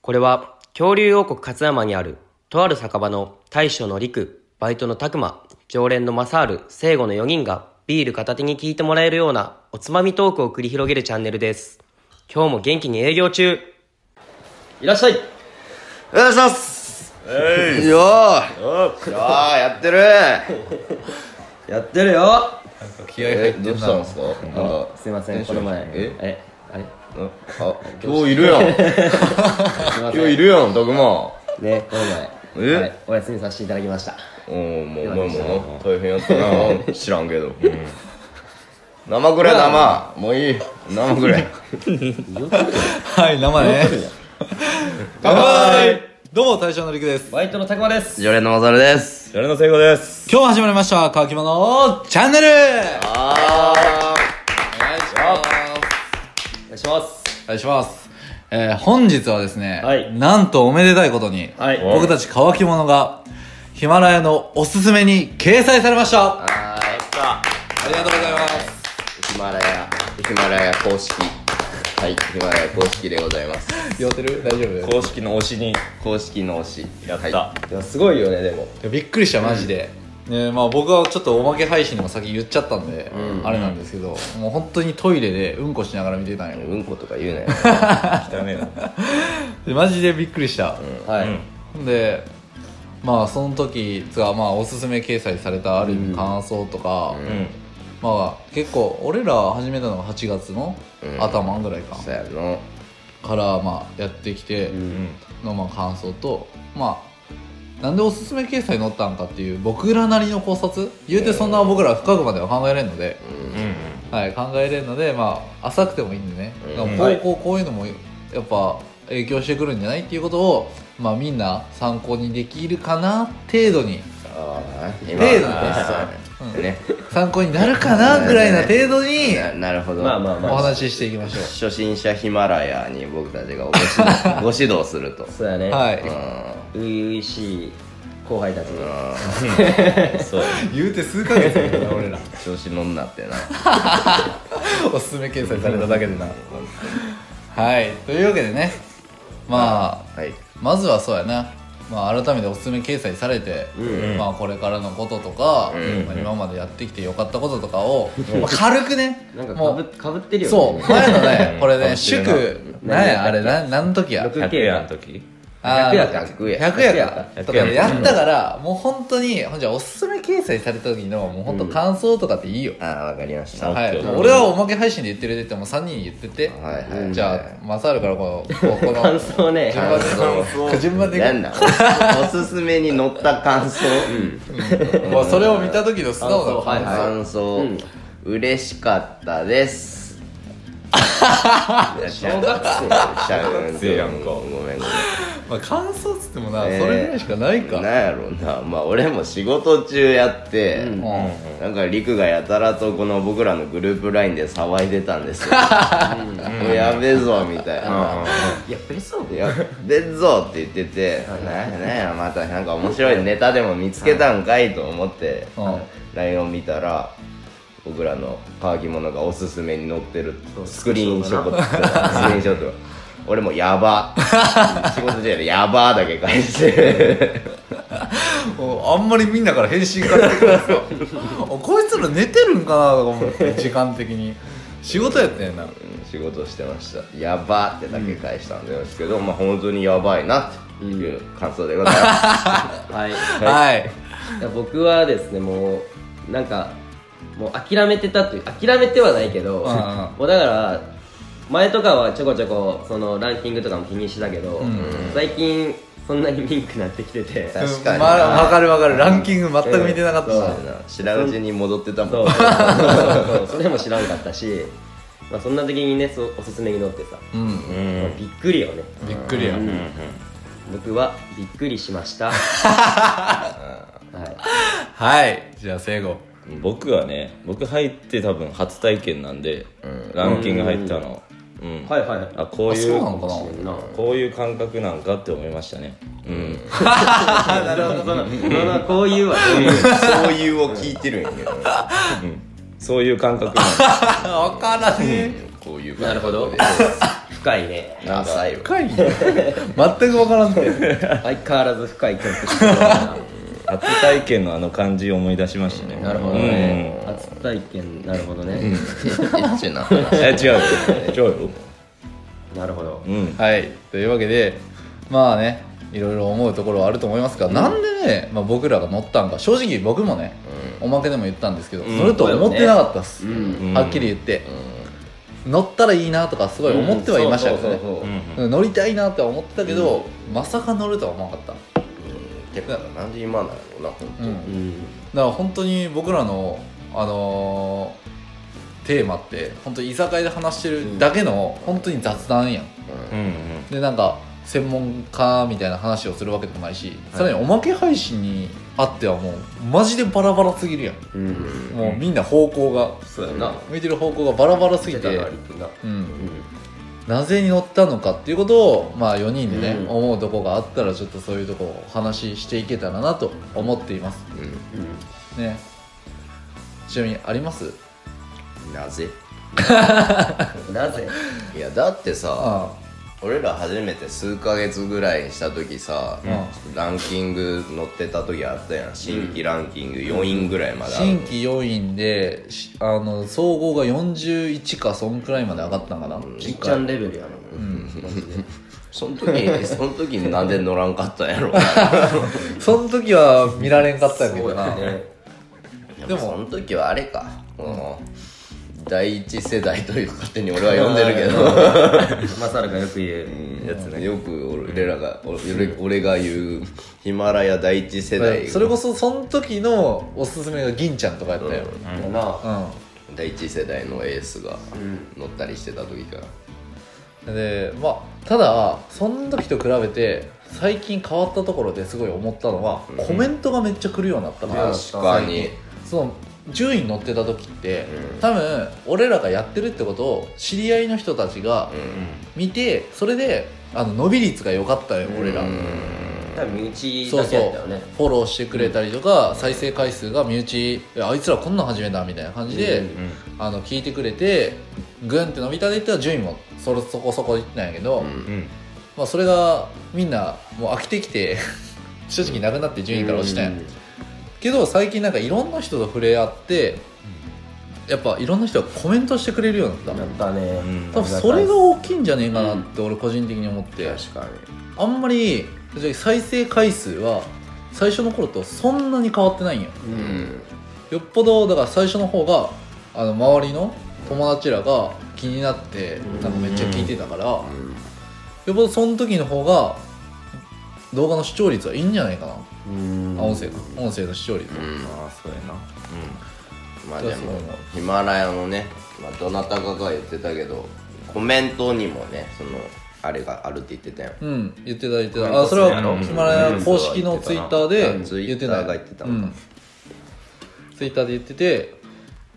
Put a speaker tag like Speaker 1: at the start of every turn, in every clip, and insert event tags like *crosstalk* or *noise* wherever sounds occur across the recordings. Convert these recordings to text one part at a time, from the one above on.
Speaker 1: これは恐竜王国勝山にあるとある酒場の大将の陸、バイトの拓磨、常連の正ル、聖護の4人がビール片手に聞いてもらえるようなおつまみトークを繰り広げるチャンネルです。今日も元気に営業中いらっしゃい
Speaker 2: お願いします
Speaker 3: えい
Speaker 2: よ
Speaker 3: あ
Speaker 2: ーよーやってる
Speaker 1: やってるよ
Speaker 3: 気合入ってんな
Speaker 2: どうしたんですかなんか
Speaker 1: すいませ
Speaker 2: テ
Speaker 1: ん、
Speaker 2: ンシ
Speaker 1: こ
Speaker 2: ョ
Speaker 1: の
Speaker 2: ン
Speaker 1: 前。
Speaker 2: え
Speaker 1: えあれ
Speaker 2: あ今日いるやん
Speaker 1: すいま
Speaker 2: 今
Speaker 1: せ
Speaker 2: 日
Speaker 1: ん。
Speaker 2: いるやんたくま
Speaker 1: ね、この前。
Speaker 2: え
Speaker 1: はい、お休みさせていただきました。
Speaker 2: おおもうお前もな大変やった *laughs* な知らんけど、生ぐらい生もういい生ぐら *laughs* い
Speaker 3: はい生ね乾杯どうも大将のりくです
Speaker 1: バイトのたくまです。
Speaker 2: 常連のマサルです
Speaker 4: 誰の成功です。
Speaker 3: 今日も始まりました乾きまのチャンネル
Speaker 2: あ
Speaker 3: お願いします
Speaker 1: お願いします。
Speaker 3: お願いしますえー、本日はですね、
Speaker 1: はい
Speaker 3: なんとおめでたいことに、
Speaker 1: はい
Speaker 3: 僕たち乾き物がヒマラヤのおすすめに掲載されましたあ
Speaker 2: あ
Speaker 3: りがとうございます
Speaker 2: ヒマラヤヒマラヤ公式はいヒマラヤ公式でございます
Speaker 3: 酔ってる大丈夫
Speaker 4: 公式の推しに。
Speaker 2: 公式の推し
Speaker 4: やった
Speaker 2: いやすごいよねでも
Speaker 3: いやびっくりしたマジで、ねまあ、僕はちょっとおまけ配信でも先言っちゃったんで、あれなんですけどもう本当にトイレでうんこしながら見てたんよ
Speaker 2: うんことか言うなよ
Speaker 4: 汚ねえな。
Speaker 3: でマジでびっくりした、
Speaker 2: はい、
Speaker 3: でまあその時つかまあおすすめ掲載されたある意味感想とか、
Speaker 4: うん。
Speaker 3: まあ結構俺ら始めたのが8月の
Speaker 2: うん
Speaker 3: 頭ぐらいか、
Speaker 2: そうやの
Speaker 3: からまあやってきてのまあ感想とまあなんでおすすめ掲載載ったんかっていう僕らなりの考察言うてそんな僕ら深くまでは考えれんので、
Speaker 4: うん。
Speaker 3: はい、考えれるので、まあ、浅くてもいいんでね、
Speaker 2: うん
Speaker 3: だから
Speaker 4: は
Speaker 3: こう
Speaker 4: い
Speaker 3: こうこういうのもやっぱ影響してくるんじゃないっていうことを、まあ、みんな参考にできるかな程度に
Speaker 2: ああ今
Speaker 3: 程度にね
Speaker 2: あーそうやね
Speaker 3: 参考になるかなぐらいな程度に
Speaker 2: ななるほど
Speaker 1: まあまあ
Speaker 3: お
Speaker 1: まあ。
Speaker 3: 話ししていきましょ
Speaker 2: 初心者ヒマラヤに僕たちがご指導ご指導すると
Speaker 1: そうやね。
Speaker 3: うは
Speaker 2: う
Speaker 3: い
Speaker 1: 初
Speaker 2: ん
Speaker 1: 々しい後輩たちに。
Speaker 4: そう。
Speaker 3: 言うて数ヶ月だから俺ら
Speaker 2: 調子乗んなってな
Speaker 3: *laughs* おすすめ掲載されただけでなはいというわけでねまあ
Speaker 2: はい
Speaker 3: まずはそうやな、まあ、改めておすすめ掲載されて、
Speaker 4: ん
Speaker 3: まあ、これからのこととか、まあ、今までやってきてよかったこととかを、まあ軽くね
Speaker 1: なんかか
Speaker 3: も
Speaker 1: ぶ
Speaker 3: う
Speaker 1: かぶってるよね。
Speaker 3: そう前の
Speaker 1: *laughs*
Speaker 3: ねこれ
Speaker 4: う
Speaker 3: ね
Speaker 4: ん
Speaker 3: 祝
Speaker 1: 何
Speaker 3: 何
Speaker 1: やった
Speaker 3: や
Speaker 1: っ
Speaker 3: あ
Speaker 1: け
Speaker 3: れな何の時や
Speaker 1: 六
Speaker 4: 100夜の時
Speaker 3: あー
Speaker 1: 100やった
Speaker 2: 100や
Speaker 3: 100やかとかで
Speaker 4: 100や
Speaker 3: やったからもう本当にほんじゃおすすめ掲載された時のもう本当感想とかっていいよ、
Speaker 2: ああわかりました
Speaker 4: うん
Speaker 2: はい
Speaker 3: は
Speaker 4: オ
Speaker 3: い、
Speaker 4: ッケー
Speaker 3: もう俺はおまけ配信で言ってるでってもう3人に言ってて、
Speaker 2: はい
Speaker 3: じゃあマサールからこのこうこの
Speaker 1: 感想ね。
Speaker 3: 順番で
Speaker 2: 感
Speaker 3: 順番でいこう
Speaker 2: なんだおすすめに載った感想
Speaker 3: もうそれを見た時の素直な
Speaker 1: はい
Speaker 3: 感
Speaker 1: は
Speaker 3: 想
Speaker 1: い
Speaker 2: 感想嬉しかったです小学
Speaker 4: 生やんか
Speaker 2: ごめんごめん
Speaker 3: まあ感想っつってもな、
Speaker 2: ね
Speaker 3: それぐらいしかないか、
Speaker 2: なんやろうなまあ俺も仕事中やって、
Speaker 3: うん
Speaker 2: なんか陸がやたらとこの僕らのグループラインで騒いでたんですよ、もうやべえぞみたいな、
Speaker 1: いや、別荘
Speaker 2: いやべえぞって言ってて、なんやなんやまたなんか面白いネタでも見つけたんかいと思って、
Speaker 3: うん
Speaker 2: LINE を見たら僕らの乾き物がおすすめに載ってるスクリーンショットスクリーンショットが俺もや
Speaker 1: *laughs*
Speaker 2: ば仕事中やでやばだけ返して
Speaker 3: もうあんまりみんなから返信が返ってくるん *laughs* ですよあこいつら寝てるんかなとか思って時間的に仕事やったんやな
Speaker 2: 仕事してましたやばってだけ返したんですけど、まあ本当にやばいなっていう感想でござい
Speaker 3: *laughs*
Speaker 2: ま
Speaker 1: はい。
Speaker 3: はい
Speaker 1: いや僕はですねもうなんかもう諦めてたという諦めてはないけど、
Speaker 3: うんうん
Speaker 1: もうだから前とかはちょこちょこそのランキングとかも気にしてたけど、
Speaker 3: ん
Speaker 1: 最近そんなにミンクなってきて
Speaker 3: *laughs*
Speaker 1: て、
Speaker 2: す確かに
Speaker 3: まあ、わかるわかるランキング全く見てなかった
Speaker 1: うん
Speaker 3: な、
Speaker 1: そ
Speaker 2: 白打ちに戻ってた
Speaker 1: そ
Speaker 2: もん
Speaker 1: う
Speaker 2: ね
Speaker 1: そうそうそれも知らんかったし、まあ、そんな時にねそうおすすめに載ってさ、
Speaker 3: うん
Speaker 4: うん。
Speaker 1: びっくりよね
Speaker 3: びっくりや、
Speaker 1: 僕はびっくりしましたはい
Speaker 3: はいじゃあ聖護
Speaker 4: 僕はね、僕入って多分初体験なんで、ランキング入ったの。うん。
Speaker 1: はいはい
Speaker 4: あ、こう
Speaker 3: あ
Speaker 4: い
Speaker 3: そううな、のかな
Speaker 1: な
Speaker 4: こういう感覚なんかって思いましたね。うん。
Speaker 1: あなる *laughs* ほどそのそのこういうはどういう
Speaker 2: そういうを聞いてるんやけ
Speaker 4: *laughs*
Speaker 2: ど、
Speaker 4: そういう感覚なんで
Speaker 3: 分からね
Speaker 2: こういう *laughs*
Speaker 1: なるほど
Speaker 2: で
Speaker 1: 深いね
Speaker 2: なんか
Speaker 3: 深いね全く分からんて
Speaker 2: 相変わらず深い曲
Speaker 4: 初体験のあの感じを思い出しましたね
Speaker 2: なるほどね初体験なるほどねエッチな
Speaker 4: うんえ違うよ違うよ
Speaker 2: なるほど
Speaker 4: うん
Speaker 3: はいというわけでまあねいろいろ思うところはあると思いますが、なんでね、まあ、僕らが乗ったんか正直僕もね、おまけでも言ったんですけど、乗ると思ってなかったっす、
Speaker 2: ん
Speaker 3: はっきり言って、乗ったらいいなとかすごい思ってはいましたけどね、
Speaker 2: そうそうそうそう
Speaker 4: うんうん
Speaker 3: うん乗りたいなって思ってたけど、まさか乗るとは思わなかった
Speaker 2: てかなんで今なのな本当
Speaker 3: うん
Speaker 1: うん
Speaker 3: だから本当に僕らのあのーテーマって本当に居酒屋で話してるだけの、本当に雑談やん
Speaker 4: うん
Speaker 3: でなんか専門家みたいな話をするわけでもないし、さらにおまけ配信にあってはもうマジでバラバラすぎるやん、
Speaker 2: うん
Speaker 3: もうみんな方向が
Speaker 2: そうやな
Speaker 3: 向いてる方向がバラバラすぎ
Speaker 2: 出
Speaker 3: て
Speaker 2: たなりくな
Speaker 3: うん、
Speaker 2: うん
Speaker 3: なぜに乗ったのかっていうことをまあ4人でね、
Speaker 2: うん
Speaker 3: 思うとこがあったらちょっとそういうとこをお話ししていけたらなと思っていますねちなみにあります
Speaker 2: うんなぜ
Speaker 1: なぜ
Speaker 2: いやだってさ
Speaker 3: あ
Speaker 2: 俺ら初めて数ヶ月ぐらいした時さ
Speaker 3: う
Speaker 2: ランキング載ってた時あったやん新規ランキング4位ぐらいま
Speaker 3: あ
Speaker 2: で
Speaker 3: 新規4位でしあの総合が41かそんくらいまで上がったんかな、
Speaker 1: じっちゃんレベルやな
Speaker 2: その時にその時になんで乗らんかったんやろ
Speaker 3: その時は見られんかったけどな、
Speaker 2: で
Speaker 3: で
Speaker 2: も
Speaker 3: も
Speaker 2: その時はあれかこの第一世代というか勝手に俺は呼んでるけど
Speaker 1: マサルがよく言う
Speaker 2: やつねよく俺らが俺俺が言うヒマラヤ第一世代
Speaker 3: *laughs* それこそその時のおすすめが銀ちゃんとかやったよ、うん
Speaker 1: やな
Speaker 2: 第一世代のエースが乗ったりしてた時から
Speaker 3: でまあただその時と比べて最近変わったところですごい思ったのは、コメントがめっちゃ来るようになったから、
Speaker 2: 確かに
Speaker 3: その10位に乗ってた時って、多分俺らがやってるってことを知り合いの人たちが見て、それであの伸び率が良かったよ俺ら、
Speaker 1: 多分身内
Speaker 3: そう
Speaker 1: だ
Speaker 3: そ
Speaker 1: け
Speaker 3: う
Speaker 1: やったよね
Speaker 3: フォローしてくれたりとか、再生回数が身内いやあいつらこんなん始めたみたいな感じで、
Speaker 1: うん
Speaker 4: うん
Speaker 3: あの聞いてくれてグンって伸びたでいったら順位もそろそこそこいったんやけ
Speaker 2: ん
Speaker 3: ど、
Speaker 4: うん
Speaker 3: まあ、それがみんなもう飽きてきて *laughs* 正直なくなって順位から落ちたんや、
Speaker 1: うん
Speaker 3: けど最近なんかいろんな人と触れ合ってやっぱいろんな人がコメントしてくれるようになった
Speaker 1: やったね
Speaker 4: うん
Speaker 3: 多分それが大きいんじゃねえかなって俺個人的に思って、
Speaker 2: 確か
Speaker 3: あんまり正直再生回数は最初の頃とそんなに変わってないんよ
Speaker 2: にうん
Speaker 3: よっぽどだから最初の方があの周りの友達らが気になってなんかめっちゃ聞いてたから、よっぽどその時の方が動画の視聴率はいいんじゃないかな、
Speaker 1: うん
Speaker 3: あ音声か音声の視聴率、
Speaker 2: うん
Speaker 4: ああそうやな
Speaker 2: まあでも
Speaker 3: そうそう
Speaker 2: ヒマラヤのね、まあ、どなたかが言ってたけどコメントにもねそのあれがあるって言ってたよ
Speaker 3: うん、言ってた言って
Speaker 2: コメン
Speaker 3: た
Speaker 2: ト
Speaker 3: あそれ
Speaker 2: するや
Speaker 3: は
Speaker 2: ろ
Speaker 3: ヒマラヤ公式のツイッター
Speaker 2: うんツ
Speaker 3: で
Speaker 2: イ
Speaker 3: 言っ
Speaker 2: ッタ
Speaker 3: て
Speaker 2: ー
Speaker 3: た
Speaker 2: が言ってた
Speaker 3: う
Speaker 2: の
Speaker 3: ん、ツイッターで言ってて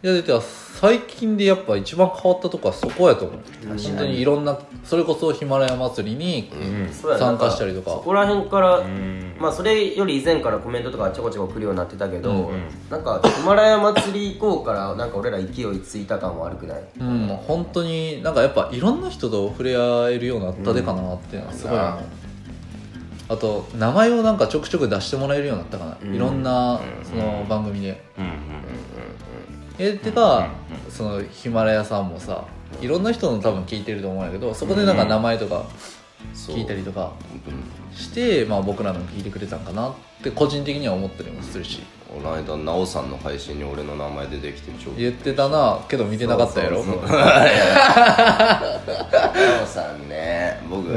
Speaker 3: いや出ては最近でやっぱ一番変わったとこはそこやと思う本当にいろんなそれこそヒマラヤ祭りに
Speaker 1: そうやな
Speaker 3: 参加したりとか
Speaker 1: そこら辺から、
Speaker 4: ん
Speaker 1: まあそれより以前からコメントとかちょこちょこ来るようになってたけど、
Speaker 3: うん
Speaker 1: なんかヒマラヤ祭り以降からなんか俺ら勢いついた感は悪くない
Speaker 3: うん、本当になんかやっぱいろんな人と触れ合えるようになったでかなっていうのはすごい思う、あと名前をなんかちょくちょく出してもらえるようになったかな、いろんなその番組で、
Speaker 4: うん
Speaker 3: えってか、そのヒマラヤさんもさいろんな人の多分聞いてると思うんやけどそこでなんか名前とか
Speaker 2: そう
Speaker 3: 聞いたりとか
Speaker 2: うん
Speaker 3: して、まあ、僕らのも聞いてくれたんかなって個人的には思ったりもするし
Speaker 2: この間奈緒さんの配信に俺の名前出てきてちょ
Speaker 3: 言ってたなけど見てなかったやろ
Speaker 2: そうそ
Speaker 3: *laughs*
Speaker 2: うそう奈緒さんね僕、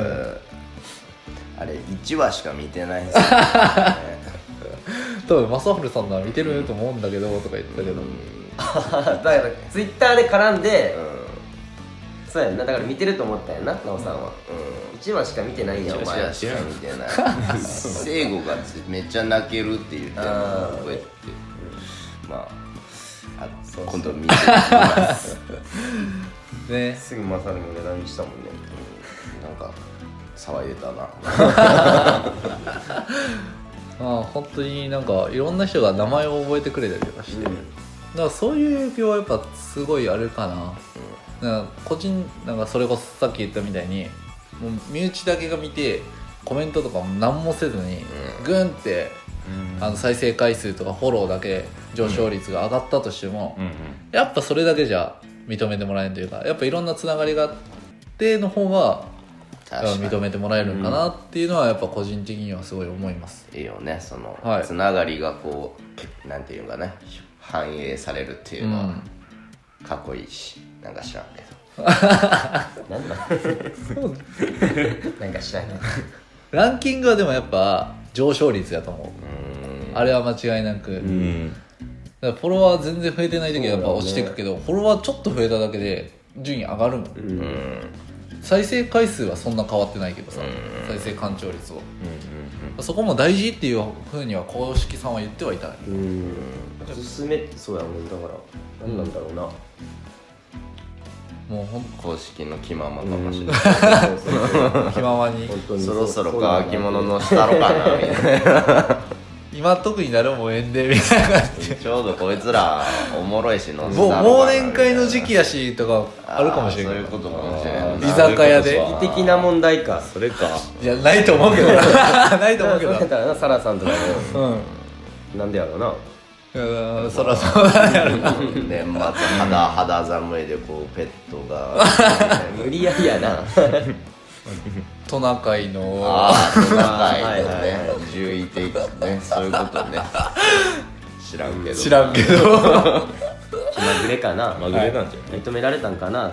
Speaker 2: あれ1話しか見てないんですよ、
Speaker 3: *laughs*
Speaker 2: ね、
Speaker 3: 多分正治さんなら見てると思うんだけどとか言ってたけど、
Speaker 1: だからツイッターで絡んで、そうやんなだから見てると思ったんやな奈緒さんは、一1話しか見てないやんお
Speaker 2: 1
Speaker 1: 前
Speaker 2: 話しか見てない聖子がめっちゃ泣けるって言ってるの
Speaker 1: あー
Speaker 2: 覚えてまああ今度見てみます
Speaker 3: ね
Speaker 1: すぐマサルの値段にしたもんね
Speaker 2: なんか騒いでたな
Speaker 3: まあ本当になんかいろんな人が名前を覚えてくれたりとかして、だからそういう影響はやっぱすごいあるかな、なんか個人なんかそれこそさっき言ったみたいにもう身内だけが見てコメントとかも何もせずにグンって、あの再生回数とかフォローだけ上昇率が上がったとしても、
Speaker 4: うんうん
Speaker 3: やっぱそれだけじゃ認めてもらえんというかやっぱいろんなつながりがあっての方が
Speaker 2: 確か
Speaker 3: 認めてもらえるんかなっていうのはやっぱ個人的にはすごい思います、
Speaker 2: にいいよねその、
Speaker 3: はい
Speaker 2: つながりがこうなんていうかね反映されるっていう
Speaker 3: う
Speaker 2: のは、
Speaker 3: ん、
Speaker 2: かっこいいしなんか知らんけどなん *laughs* だなんか知らんけど
Speaker 3: ランキングはでもやっぱ上昇率やと思うあれは間違いなく、
Speaker 4: うん
Speaker 3: だからフォロワー全然増えてない時はやっぱ落ちていくけど、フォロワーちょっと増えただけで順位上がるもん、再生回数はそんな変わってないけどさ、再生干潮率を、そこも大事っていうふうには公式さんは言ってはいたい、
Speaker 1: うんおすすめってそうやもんだから何なんだろうな、
Speaker 3: もうほん
Speaker 2: 公式の気ままかもしれない
Speaker 1: そうそうそう
Speaker 3: と気ままに
Speaker 1: 本当に
Speaker 2: そろそろ
Speaker 1: うなんだ
Speaker 2: 乾き物のしたろかなみたい
Speaker 3: 今特に誰も縁でみたいな感じ
Speaker 2: なちょうどこいつらおもろいしの
Speaker 3: もう忘年会の時期やしとかあるかもしれ
Speaker 2: そ
Speaker 3: な
Speaker 2: うい
Speaker 3: いう
Speaker 2: ことかもしれ
Speaker 4: あ
Speaker 2: ん
Speaker 3: 居
Speaker 2: な
Speaker 4: ー
Speaker 3: 酒屋で
Speaker 4: そういうことか
Speaker 1: 的な問題か
Speaker 4: それか
Speaker 3: いやないと思うけどないと *laughs* 思うけど
Speaker 1: *laughs* そうやったらなサラさんとか
Speaker 3: うん
Speaker 1: もなんでやろうな
Speaker 3: うんそらそうだやろな
Speaker 2: 年末肌肌寒いでこうペットが
Speaker 1: 無理やりやな
Speaker 3: トナカイの
Speaker 2: ああ
Speaker 1: はい
Speaker 2: 長
Speaker 1: はいい
Speaker 2: の
Speaker 1: はい
Speaker 2: ね獣医的ねそういうことね知らんけど
Speaker 3: 知らんけ
Speaker 2: *laughs*
Speaker 3: ど
Speaker 1: 気まぐれかな
Speaker 4: まぐれなんじゃない
Speaker 1: 認められたんかな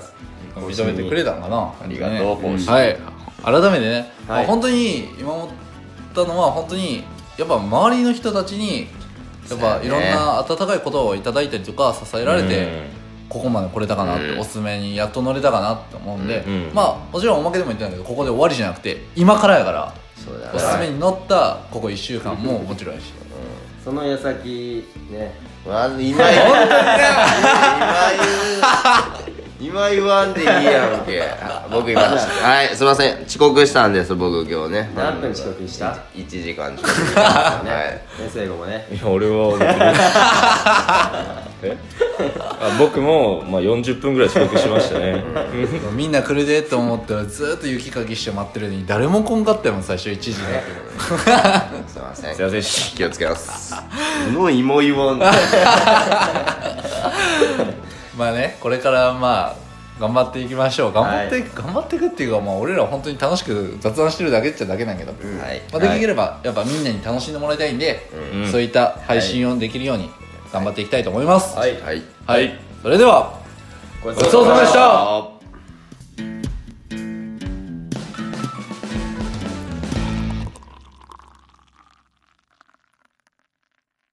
Speaker 3: 認めてくれたんかなあ
Speaker 2: ありがとう公式
Speaker 3: はい改めてね、まあ
Speaker 1: はい
Speaker 3: 本当に今思ったのは本当にやっぱ周りの人たちにやっ
Speaker 2: そうや
Speaker 3: ぱ
Speaker 2: ね
Speaker 3: いろんな温かい言葉をいただいたりとか支えられて、ここまで来れたかなって、
Speaker 2: うん
Speaker 3: おすすめにやっと乗れたかなって思うんで、
Speaker 4: うん
Speaker 3: まあもちろんおまけでも言ってたんだけどここで終わりじゃなくて今からやから
Speaker 2: そうだ
Speaker 3: おすすめ
Speaker 2: ね
Speaker 3: に乗ったここ1週間ももちろんやし
Speaker 1: その矢先ね
Speaker 2: まず今言わん今言わんでいいやんけ僕今はいすいません遅刻したんです僕今日ね
Speaker 1: 何分遅刻した
Speaker 2: 1時間遅刻しました
Speaker 1: ね
Speaker 2: はい
Speaker 1: ね最後もね
Speaker 4: いや俺は別にえあ僕も、まあ、40分ぐらい遅刻しましたね、
Speaker 3: みんな来るでと思ったらずーっと雪かきして待ってるのに誰も来んかったよもん最初1時に
Speaker 2: すいません
Speaker 4: すいませんでし
Speaker 2: 気をつけますの芋言わんで
Speaker 3: まあねこれからまあ頑張っていきましょう頑張って、
Speaker 1: は
Speaker 3: 頑張っていくっていうかまあ俺ら本当に楽しく雑談してるだけっちゃだけなんやけど、
Speaker 2: はい
Speaker 3: まあ、できればやっぱみんなに楽しんでもらいたいんで、そういった配信をできるように頑張っていきたいと思います、
Speaker 2: はいはい
Speaker 3: はい、それでは
Speaker 1: ご
Speaker 3: ちそうさまでした
Speaker 2: あー